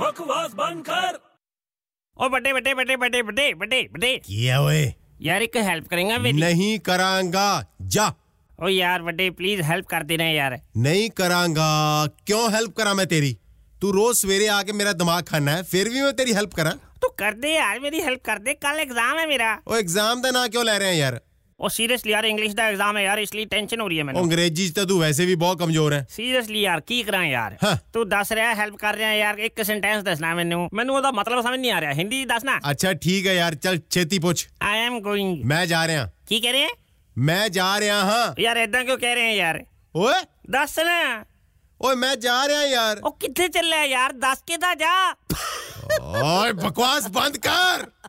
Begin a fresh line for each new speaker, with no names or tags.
बकवास बंद कर
ओ बटे बटे बटे बटे बटे बटे बटे
किया ओए
यार एक हेल्प करेंगे मेरी
नहीं करांगा जा
ओ यार बटे प्लीज हेल्प कर देना यार
नहीं करांगा क्यों हेल्प करा मैं तेरी तू रोज सवेरे आके मेरा दिमाग खाना है फिर भी मैं तेरी हेल्प करा
तो कर दे यार मेरी हेल्प कर दे कल एग्जाम है मेरा
ਉਹ ਐਗਜ਼ਾਮ ਦਾ ਨਾਂ ਕਿਉਂ ਲੈ ਰਹੇ ਆ ਯਾਰ
ओ सीरियसली यार इंग्लिश का एग्जाम है यार इसलिए टेंशन हो रही है
ਉਹ
मैंने
ਅੰਗਰੇਜ਼ੀ ਚ ਤਾਂ ਤੂੰ ਵੈਸੇ ਵੀ ਬਹੁਤ ਕਮਜ਼ੋਰ ਹੈ
सीरियसली यार की करा यार
हाँ।
तू दस रहा हेल्प कर रहा है यार एक सेंटेंस दसना मैनू मैनू ओदा मतलब समझ नहीं आ रहा हिंदी च दसना
ਅੱਛਾ ਠੀਕ ਹੈ ਯਾਰ ਚੱਲ ਛੇਤੀ ਪੁੱਛ
आई एम गोइंग
ਮੈਂ ਜਾ ਰਿਹਾ
की कह रहे हैं
ਮੈਂ ਜਾ ਰਿਹਾ ਹਾਂ
यार ऐदा क्यों कह रहे हैं यार
ਓਏ
दस ना
ਓਏ ਮੈਂ ਜਾ ਰਿਹਾ ਯਾਰ
ओ कितने चल रहा है यार दस के दा जा
ਓਏ ਬਕਵਾਸ ਬੰਦ ਕਰ